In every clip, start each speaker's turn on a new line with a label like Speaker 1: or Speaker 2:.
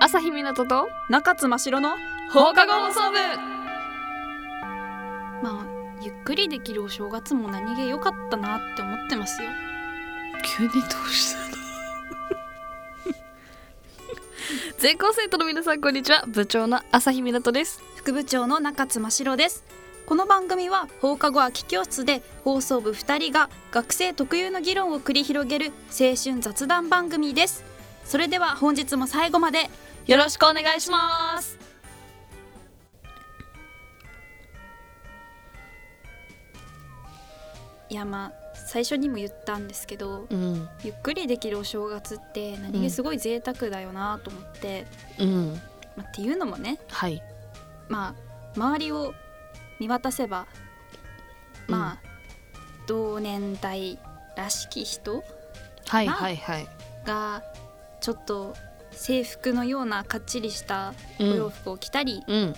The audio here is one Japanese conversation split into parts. Speaker 1: 朝日湊と
Speaker 2: 中津真白の
Speaker 1: 放課後放送部まあゆっくりできるお正月も何気良かったなって思ってますよ
Speaker 2: 急にどうしたの
Speaker 1: 全校生徒の皆さんこんにちは部長の朝日湊です
Speaker 2: 副部長の中津真白ですこの番組は放課後空き教室で放送部2人が学生特有の議論を繰り広げる青春雑談番組ですそれでは本日も最後まで
Speaker 1: よろしくお願いします
Speaker 2: いやまあ最初にも言ったんですけど
Speaker 1: うん
Speaker 2: ゆっくりできるお正月って何気すごい贅沢だよなと思って、
Speaker 1: うん
Speaker 2: まあっていうのもね
Speaker 1: はい
Speaker 2: まあ周りを見渡せばまあ、同年代らしき人
Speaker 1: はい
Speaker 2: まあ
Speaker 1: はいはい
Speaker 2: がちょっと制服のようなかっちりしたお
Speaker 1: うん
Speaker 2: 洋服を着たり、
Speaker 1: うん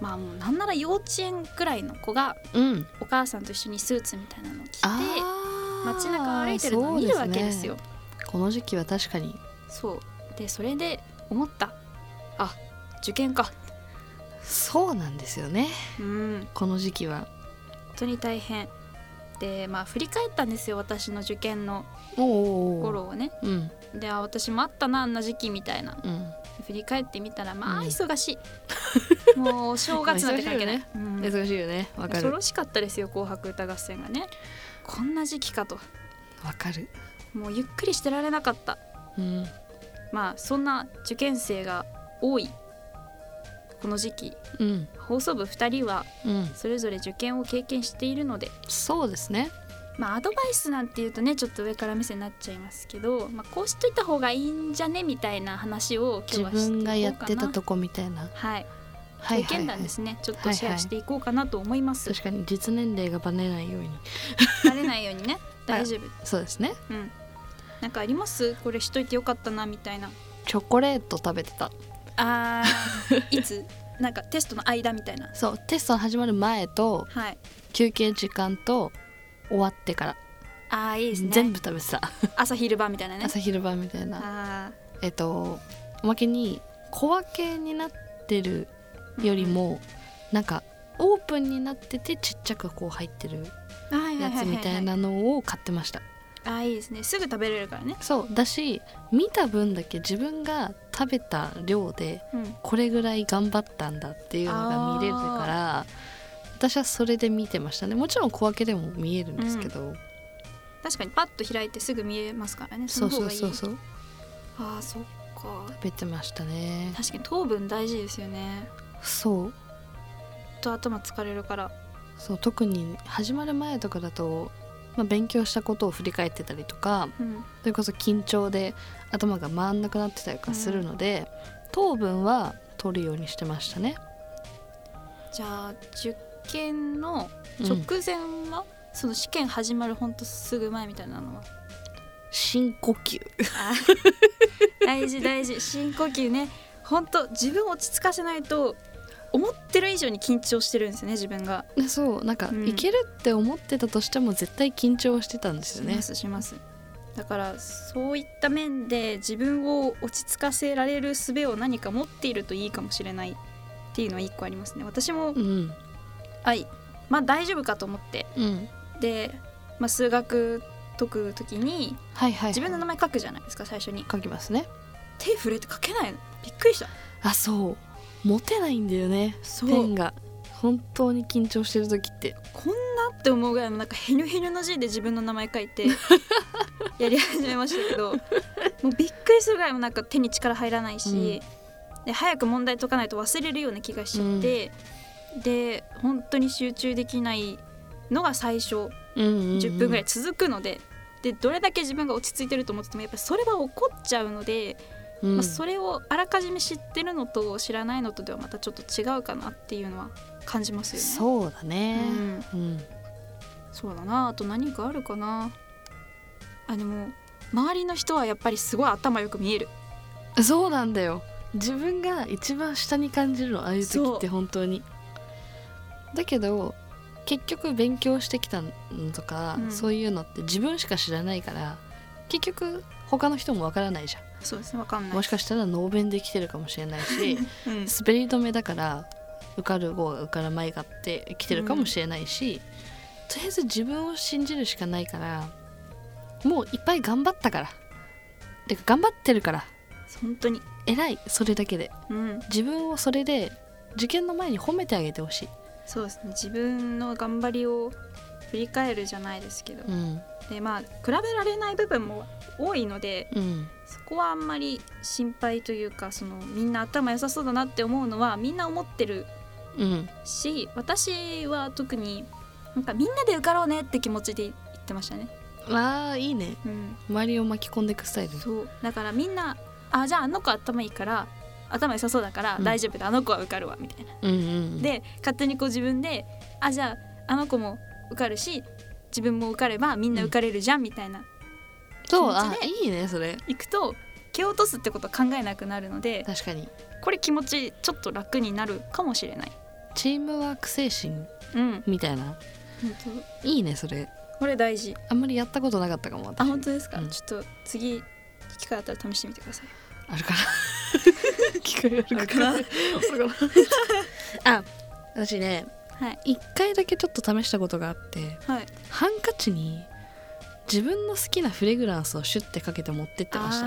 Speaker 2: まあもうなんなら幼稚園くらいの子が
Speaker 1: うん
Speaker 2: お母さんと一緒にスーツみたいなのを着て
Speaker 1: あー
Speaker 2: 街中を歩いてるのを見るわけですよ
Speaker 1: そう。ですねこの時期は確かに
Speaker 2: そうでそれで思ったあ受験か
Speaker 1: そうなんですよね
Speaker 2: うん
Speaker 1: この時期は
Speaker 2: 本当に大変でまあ振り返ったんですよ私の受験の
Speaker 1: おお
Speaker 2: 頃をね
Speaker 1: うん
Speaker 2: であ私もあったなあんな時期みたいな
Speaker 1: うん
Speaker 2: 振り返ってみたらまあ
Speaker 1: うん
Speaker 2: 忙し い、もう正月なんて関係ない、
Speaker 1: ま
Speaker 2: うん
Speaker 1: 忙しいよねわか
Speaker 2: 恐
Speaker 1: る
Speaker 2: ろしかったですよ「紅白歌合戦」がねこんな時期かと
Speaker 1: わかる
Speaker 2: もうゆっくりしてられなかった
Speaker 1: うん
Speaker 2: まあそんな受験生が多いこの時期
Speaker 1: うん
Speaker 2: 放送部2人は
Speaker 1: うん
Speaker 2: それぞれ受験を経験しているので
Speaker 1: そうですね
Speaker 2: まあアドバイスなんていうとねちょっと上から目線になっちゃいますけど、まあ、こうしといた方がいいんじゃねみたいな話を
Speaker 1: 自
Speaker 2: 今日はしていこう
Speaker 1: 分
Speaker 2: かな
Speaker 1: がやってたとこみたいな
Speaker 2: は
Speaker 1: はい
Speaker 2: い経
Speaker 1: はい
Speaker 2: 験
Speaker 1: は
Speaker 2: 談
Speaker 1: い
Speaker 2: ですね、ちょっとシェアしていこうかなと思います、
Speaker 1: 確かに実年齢がバレないように
Speaker 2: バレないようにね大丈夫、
Speaker 1: そうですね
Speaker 2: うんなんかありますこれしといてよかったなみたいな
Speaker 1: チョコレート食べてた
Speaker 2: あー いつなんかテストの間みたいな
Speaker 1: そうテスト始まる前と
Speaker 2: はい
Speaker 1: 休憩時間と終わってから、
Speaker 2: あーいいですね
Speaker 1: 全部食べてた、
Speaker 2: 朝昼晩みたいなね
Speaker 1: 朝昼晩みたいな
Speaker 2: あ
Speaker 1: えっとおまけに小分けになってるよりも、なんかオープンになっててちっちゃくこう入ってる
Speaker 2: ーはいはい
Speaker 1: や
Speaker 2: はいは
Speaker 1: つみたいなのを買ってました、
Speaker 2: あーいいですねすぐ食べれるからね
Speaker 1: そうだし見た分だけ自分が食べた量で
Speaker 2: うん
Speaker 1: これぐらい頑張ったんだっていうのが見れるから私はそれで見てましたねもちろん小分けでも見えるんですけど、
Speaker 2: 確かにパッと開いてすぐ見えますからねそ
Speaker 1: そ
Speaker 2: の
Speaker 1: うそ
Speaker 2: 方が
Speaker 1: う
Speaker 2: いい
Speaker 1: そうそう
Speaker 2: あーそっか
Speaker 1: 食べてましたね
Speaker 2: 確かに糖分大事ですよね
Speaker 1: そう
Speaker 2: と頭疲れるから
Speaker 1: そう特に始まる前とかだと、まあ、勉強したことを振り返ってたりとか
Speaker 2: うん
Speaker 1: それこそ緊張で頭が回んなくなってたりとかするので、糖分は取るようにしてましたね
Speaker 2: じゃあ受験の直前は、その試験始まるほんとすぐ前みたいなのは
Speaker 1: 深呼吸
Speaker 2: 大事 大事深呼吸ねほんと自分を落ち着かせないと思ってる以上に緊張してるんですよね自分が
Speaker 1: でそうなんか、
Speaker 2: うん
Speaker 1: いけるって思ってたとしても絶対緊張してたんです
Speaker 2: し
Speaker 1: よね
Speaker 2: ますしますだからそういった面で自分を落ち着かせられる術を何か持っているといいかもしれないっていうのは一個ありますね私も、
Speaker 1: うん
Speaker 2: はいまあ大丈夫かと思って
Speaker 1: うん
Speaker 2: で、まあ、数学解く時に
Speaker 1: はいはい、はい、
Speaker 2: 自分の名前書くじゃないですか最初に
Speaker 1: 書きますね
Speaker 2: 手触れて書けないのびっくりした
Speaker 1: あそう持てないんだよね
Speaker 2: そ
Speaker 1: ペンが本当に緊張してる時って
Speaker 2: こんなって思うぐらいのなんかへにょへにょの字で自分の名前書い てやり始めましたけどもうびっくりするぐらいもなんか手に力入らないし、で早く問題解かないと忘れるような気がしちゃって、で本当に集中できないのが最初
Speaker 1: うんうんうん
Speaker 2: 10分ぐらい続くので。でどれだけ自分が落ち着いてると思っててもやっぱりそれは起こっちゃうので、
Speaker 1: うん
Speaker 2: まあ、それをあらかじめ知ってるのと知らないのとではまたちょっと違うかなっていうのは感じますよね。
Speaker 1: そうだね、
Speaker 2: うん
Speaker 1: うん
Speaker 2: そうだなあと何かあるかなあでも周りの人はやっぱりすごい頭よく見える
Speaker 1: そうなんだよ自分が一番下に感じるのああいう時って本当にだけど結局勉強してきたのとか、
Speaker 2: うん
Speaker 1: そういうのって自分しか知らないから結局他の人もわからないじゃん、
Speaker 2: そうですねわかんない
Speaker 1: もしかしたら能弁で来てるかもしれないし
Speaker 2: うん
Speaker 1: 滑り止めだから受かる号が受からまいがって来てるかもしれないし、とりあえず自分を信じるしかないからもういっぱい頑張ったからてか頑張ってるから
Speaker 2: 本当に
Speaker 1: 偉いそれだけで
Speaker 2: うん
Speaker 1: 自分をそれで受験の前に褒めてあげてほしい、
Speaker 2: そうですね自分の頑張りを振り返るじゃないですけど、
Speaker 1: うん
Speaker 2: でまあ比べられない部分も多いので
Speaker 1: うん、
Speaker 2: そこはあんまり心配というかそのみんな頭良さそうだなって思うのはみんな思ってる
Speaker 1: うん、
Speaker 2: し私は特になんかみんなで受かろうねって気持ちで言ってましたね、
Speaker 1: わあいいね
Speaker 2: うん、
Speaker 1: 周りを巻き込んでいくスタイル
Speaker 2: そうだからみんなあじゃああの子頭いいから頭良さそうだから
Speaker 1: うん
Speaker 2: 大丈夫だ、あの子は受かるわみたいな、
Speaker 1: うんうん
Speaker 2: で勝手にこう自分であじゃああの子も受かるし自分も受かればみんな受かれるじゃんみたいな、
Speaker 1: そう
Speaker 2: 気持
Speaker 1: あ
Speaker 2: ちで
Speaker 1: いいねそれ
Speaker 2: 行くと蹴落とすってことは考えなくなるので
Speaker 1: 確かに
Speaker 2: これ気持ちちょっと楽になるかもしれない
Speaker 1: チームワーク精神
Speaker 2: うん
Speaker 1: みたいな
Speaker 2: 本
Speaker 1: いいねそれ
Speaker 2: 当これ大事
Speaker 1: あんまりやったことなかったかも私
Speaker 2: あ本当ですか、
Speaker 1: うん
Speaker 2: ちょっと次機会あったら試してみてください
Speaker 1: あるか な機会あるかな
Speaker 2: あ
Speaker 1: あ
Speaker 2: る
Speaker 1: るかな あ私ね
Speaker 2: はい
Speaker 1: 一回だけちょっと試したことがあって
Speaker 2: はい
Speaker 1: ハンカチに自分の好きなフレグランスをシュッてかけて持ってってました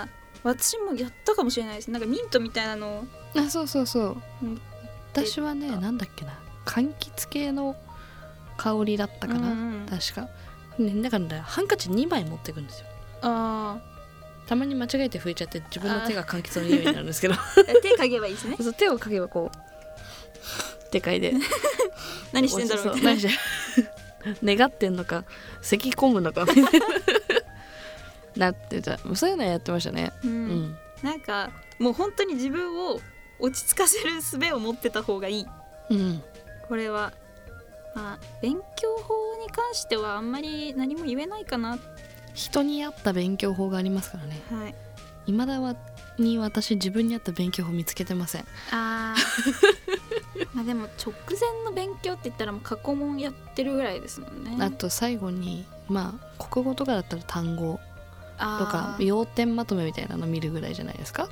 Speaker 2: あー私もやったかもしれないですなんかミントみたいなのを
Speaker 1: あそうそうそう
Speaker 2: うん
Speaker 1: 私はねなんだっけな柑橘系の香りだったか
Speaker 2: うん
Speaker 1: な
Speaker 2: うん
Speaker 1: 確か、ね、だからねハンカチ2枚持ってくんですよ
Speaker 2: あ
Speaker 1: たまに間違えて拭いちゃって自分の手が柑橘の匂いになるんですけど
Speaker 2: ーえ手かけばいいですね
Speaker 1: そう手をかけばこうでかいで
Speaker 2: 何してんだろうみたい
Speaker 1: 何
Speaker 2: な
Speaker 1: して願ってんのか咳込むのかみたいななってたそういうのやってましたね
Speaker 2: う
Speaker 1: うん、
Speaker 2: んなんかもう本当に自分を落ち着かせる術を持ってた方がいい
Speaker 1: うん、
Speaker 2: これはまあ勉強法に関してはあんまり何も言えないかな
Speaker 1: 人に合った勉強法がありますからね
Speaker 2: はい
Speaker 1: 未だはに私自分に合った勉強法見つけてません
Speaker 2: あ ーまあでも直前の勉強って言ったらもう過去問やってるぐらいですもんね
Speaker 1: あと最後にまあ国語とかだったら単語とか
Speaker 2: あー
Speaker 1: 要点まとめみたいなの見るぐらいじゃないですか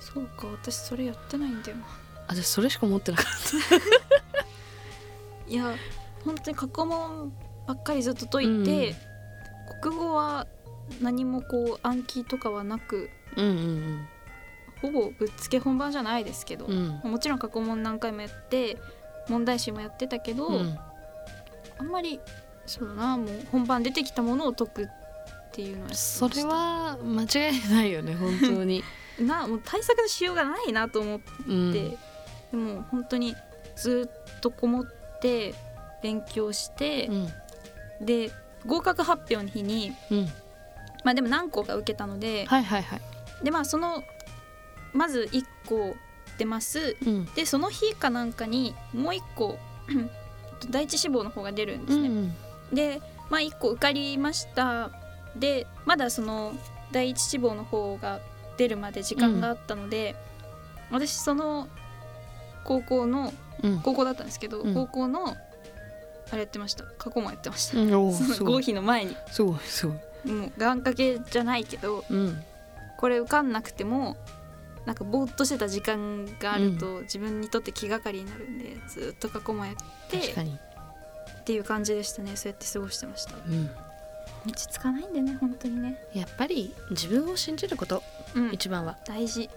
Speaker 2: そうか私それやってないんだよな
Speaker 1: 私それしか持ってなかった
Speaker 2: いや本当に過去問ばっかりずっと解いて、国語は何もこう暗記とかはなく
Speaker 1: うんうん
Speaker 2: ほぼぶっつけ本番じゃないですけど、
Speaker 1: うんうん
Speaker 2: もちろん過去問何回もやって問題集もやってたけど、
Speaker 1: うん
Speaker 2: あんまりそうだなもう本番出てきたものを解くっていうのは
Speaker 1: それは間違いないよね本当に、
Speaker 2: なもう対策のしようがないなと思って、
Speaker 1: うん、
Speaker 2: でも本当にずっとこもって勉強して
Speaker 1: う、ん
Speaker 2: で合格発表の日に
Speaker 1: うん
Speaker 2: まあでも何個か受けたので、
Speaker 1: はいはいはい
Speaker 2: でまあそのまず1個出ます
Speaker 1: うん
Speaker 2: でその日かなんかにもう1個 第一志望の方が出るんですね、
Speaker 1: ん
Speaker 2: でまあ1個受かりましたでまだその第一志望の方が出るまで時間があったので、私その高校の
Speaker 1: うん
Speaker 2: 高校だったんですけど、
Speaker 1: うん
Speaker 2: 高校のあれやってました過去問やってました、
Speaker 1: うんおー
Speaker 2: その
Speaker 1: すご
Speaker 2: 合
Speaker 1: い
Speaker 2: 否の前に
Speaker 1: すごいすごい
Speaker 2: もう願掛けじゃないけど
Speaker 1: うん
Speaker 2: これ受かんなくてもなんかぼーっとしてた時間があると自分にとって気がかりになるんで、ずっと過去問やって
Speaker 1: 確かに
Speaker 2: っていう感じでしたねそうやって過ごしてました
Speaker 1: うん
Speaker 2: 落ち着かないんでね本当にね
Speaker 1: やっぱり自分を信じること
Speaker 2: うん
Speaker 1: 一番は
Speaker 2: 大事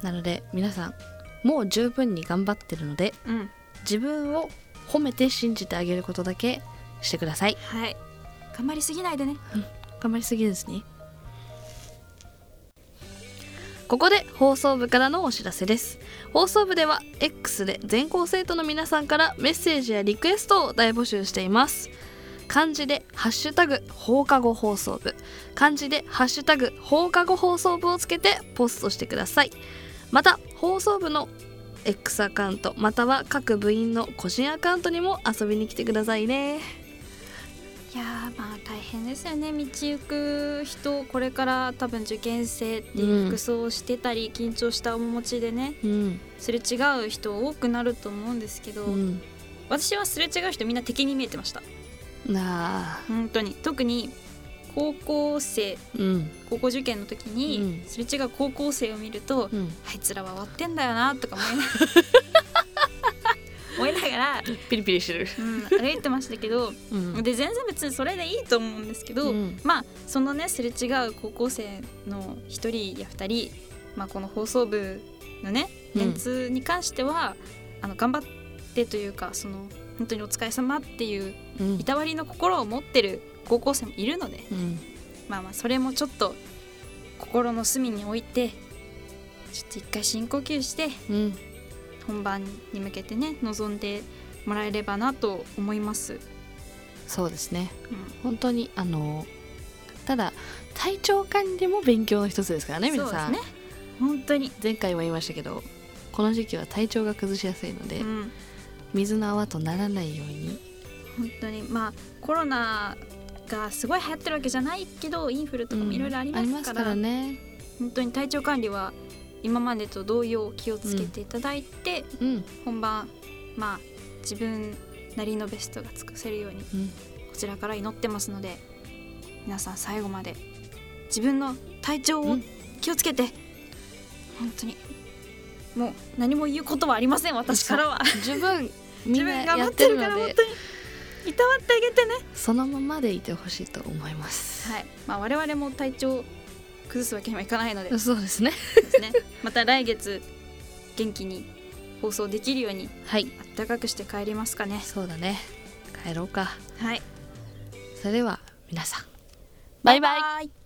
Speaker 1: なので皆さんもう十分に頑張ってるので
Speaker 2: うん
Speaker 1: 自分を褒めて信じてあげることだけしてください
Speaker 2: はい頑張りすぎないでね
Speaker 1: 頑張りすぎですねここで放送部からのお知らせです放送部では X で全校生徒の皆さんからメッセージやリクエストを大募集しています漢字で「ハッシュタグ放課後放送部」漢字で「ハッシュタグ放課後放送部」をつけてポストしてくださいまた放送部の X アカウントまたは各部員の個人アカウントにも遊びに来てくださいね
Speaker 2: いやーまあ大変ですよね道行く人これから多分受験生っていう服装をしてたり、緊張した面持ちでね
Speaker 1: うん、
Speaker 2: すれ違う人多くなると思うんですけど、
Speaker 1: うん、
Speaker 2: 私はすれ違う人みんな敵に見えてました
Speaker 1: なあ
Speaker 2: 本当に特に高校生
Speaker 1: うん
Speaker 2: 高校受験の時に、
Speaker 1: うん
Speaker 2: すれ違う高校生を見ると、
Speaker 1: うん
Speaker 2: あいつらは終わってんだよなとか 思いながら思いながら、
Speaker 1: ピリピリしてる
Speaker 2: うん、歩いてましたけど
Speaker 1: うん
Speaker 2: で全然別にそれでいいと思うんですけど、
Speaker 1: うん
Speaker 2: まあそのねすれ違う高校生の1人や2人、まあ、この放送部のね
Speaker 1: うん
Speaker 2: メンツに関しては、あの頑張ってというかその本当にお疲れ様っていう
Speaker 1: うん
Speaker 2: いたわりの心を持ってる高校生もいるので
Speaker 1: うん
Speaker 2: まあまあそれもちょっと心の隅に置いてちょっと一回深呼吸して
Speaker 1: うん
Speaker 2: 本番に向けてね臨んでもらえればなと思います。
Speaker 1: そうですね
Speaker 2: うん
Speaker 1: 本当にあのただ体調管理も勉強の一つですからね皆さん、
Speaker 2: そうですね本当に、
Speaker 1: 前回も言いましたけどこの時期は体調が崩しやすいので、
Speaker 2: うん、
Speaker 1: 水の泡とならないように
Speaker 2: 本当にまあコロナがすごい流行ってるわけじゃないけどインフルとかもいろいろありますから,、
Speaker 1: うんありね
Speaker 2: 本当に体調管理は今までと同様気をつけていただいて、
Speaker 1: うん
Speaker 2: 本番まあ自分なりのベストが尽くせるようにこ
Speaker 1: うん
Speaker 2: ちらから祈ってますので皆さん最後まで自分の体調を気をつけて、本当にもう何も言うことはありません私からは。
Speaker 1: 十 分み
Speaker 2: 自
Speaker 1: んな
Speaker 2: 分頑
Speaker 1: や
Speaker 2: 張
Speaker 1: っ
Speaker 2: ってて
Speaker 1: る
Speaker 2: るから
Speaker 1: の
Speaker 2: 本
Speaker 1: で
Speaker 2: 当にいたわってあげてね。
Speaker 1: そのままでいてほしいと思います、
Speaker 2: はい、まあ、我々も体調崩すわけにはいかないので
Speaker 1: そうですね
Speaker 2: です ね。また来月元気に放送できるように
Speaker 1: はい
Speaker 2: あったかくして帰りますかね。
Speaker 1: そうだね帰ろうか
Speaker 2: はい、
Speaker 1: それでは皆さんバイバイ
Speaker 2: バイ。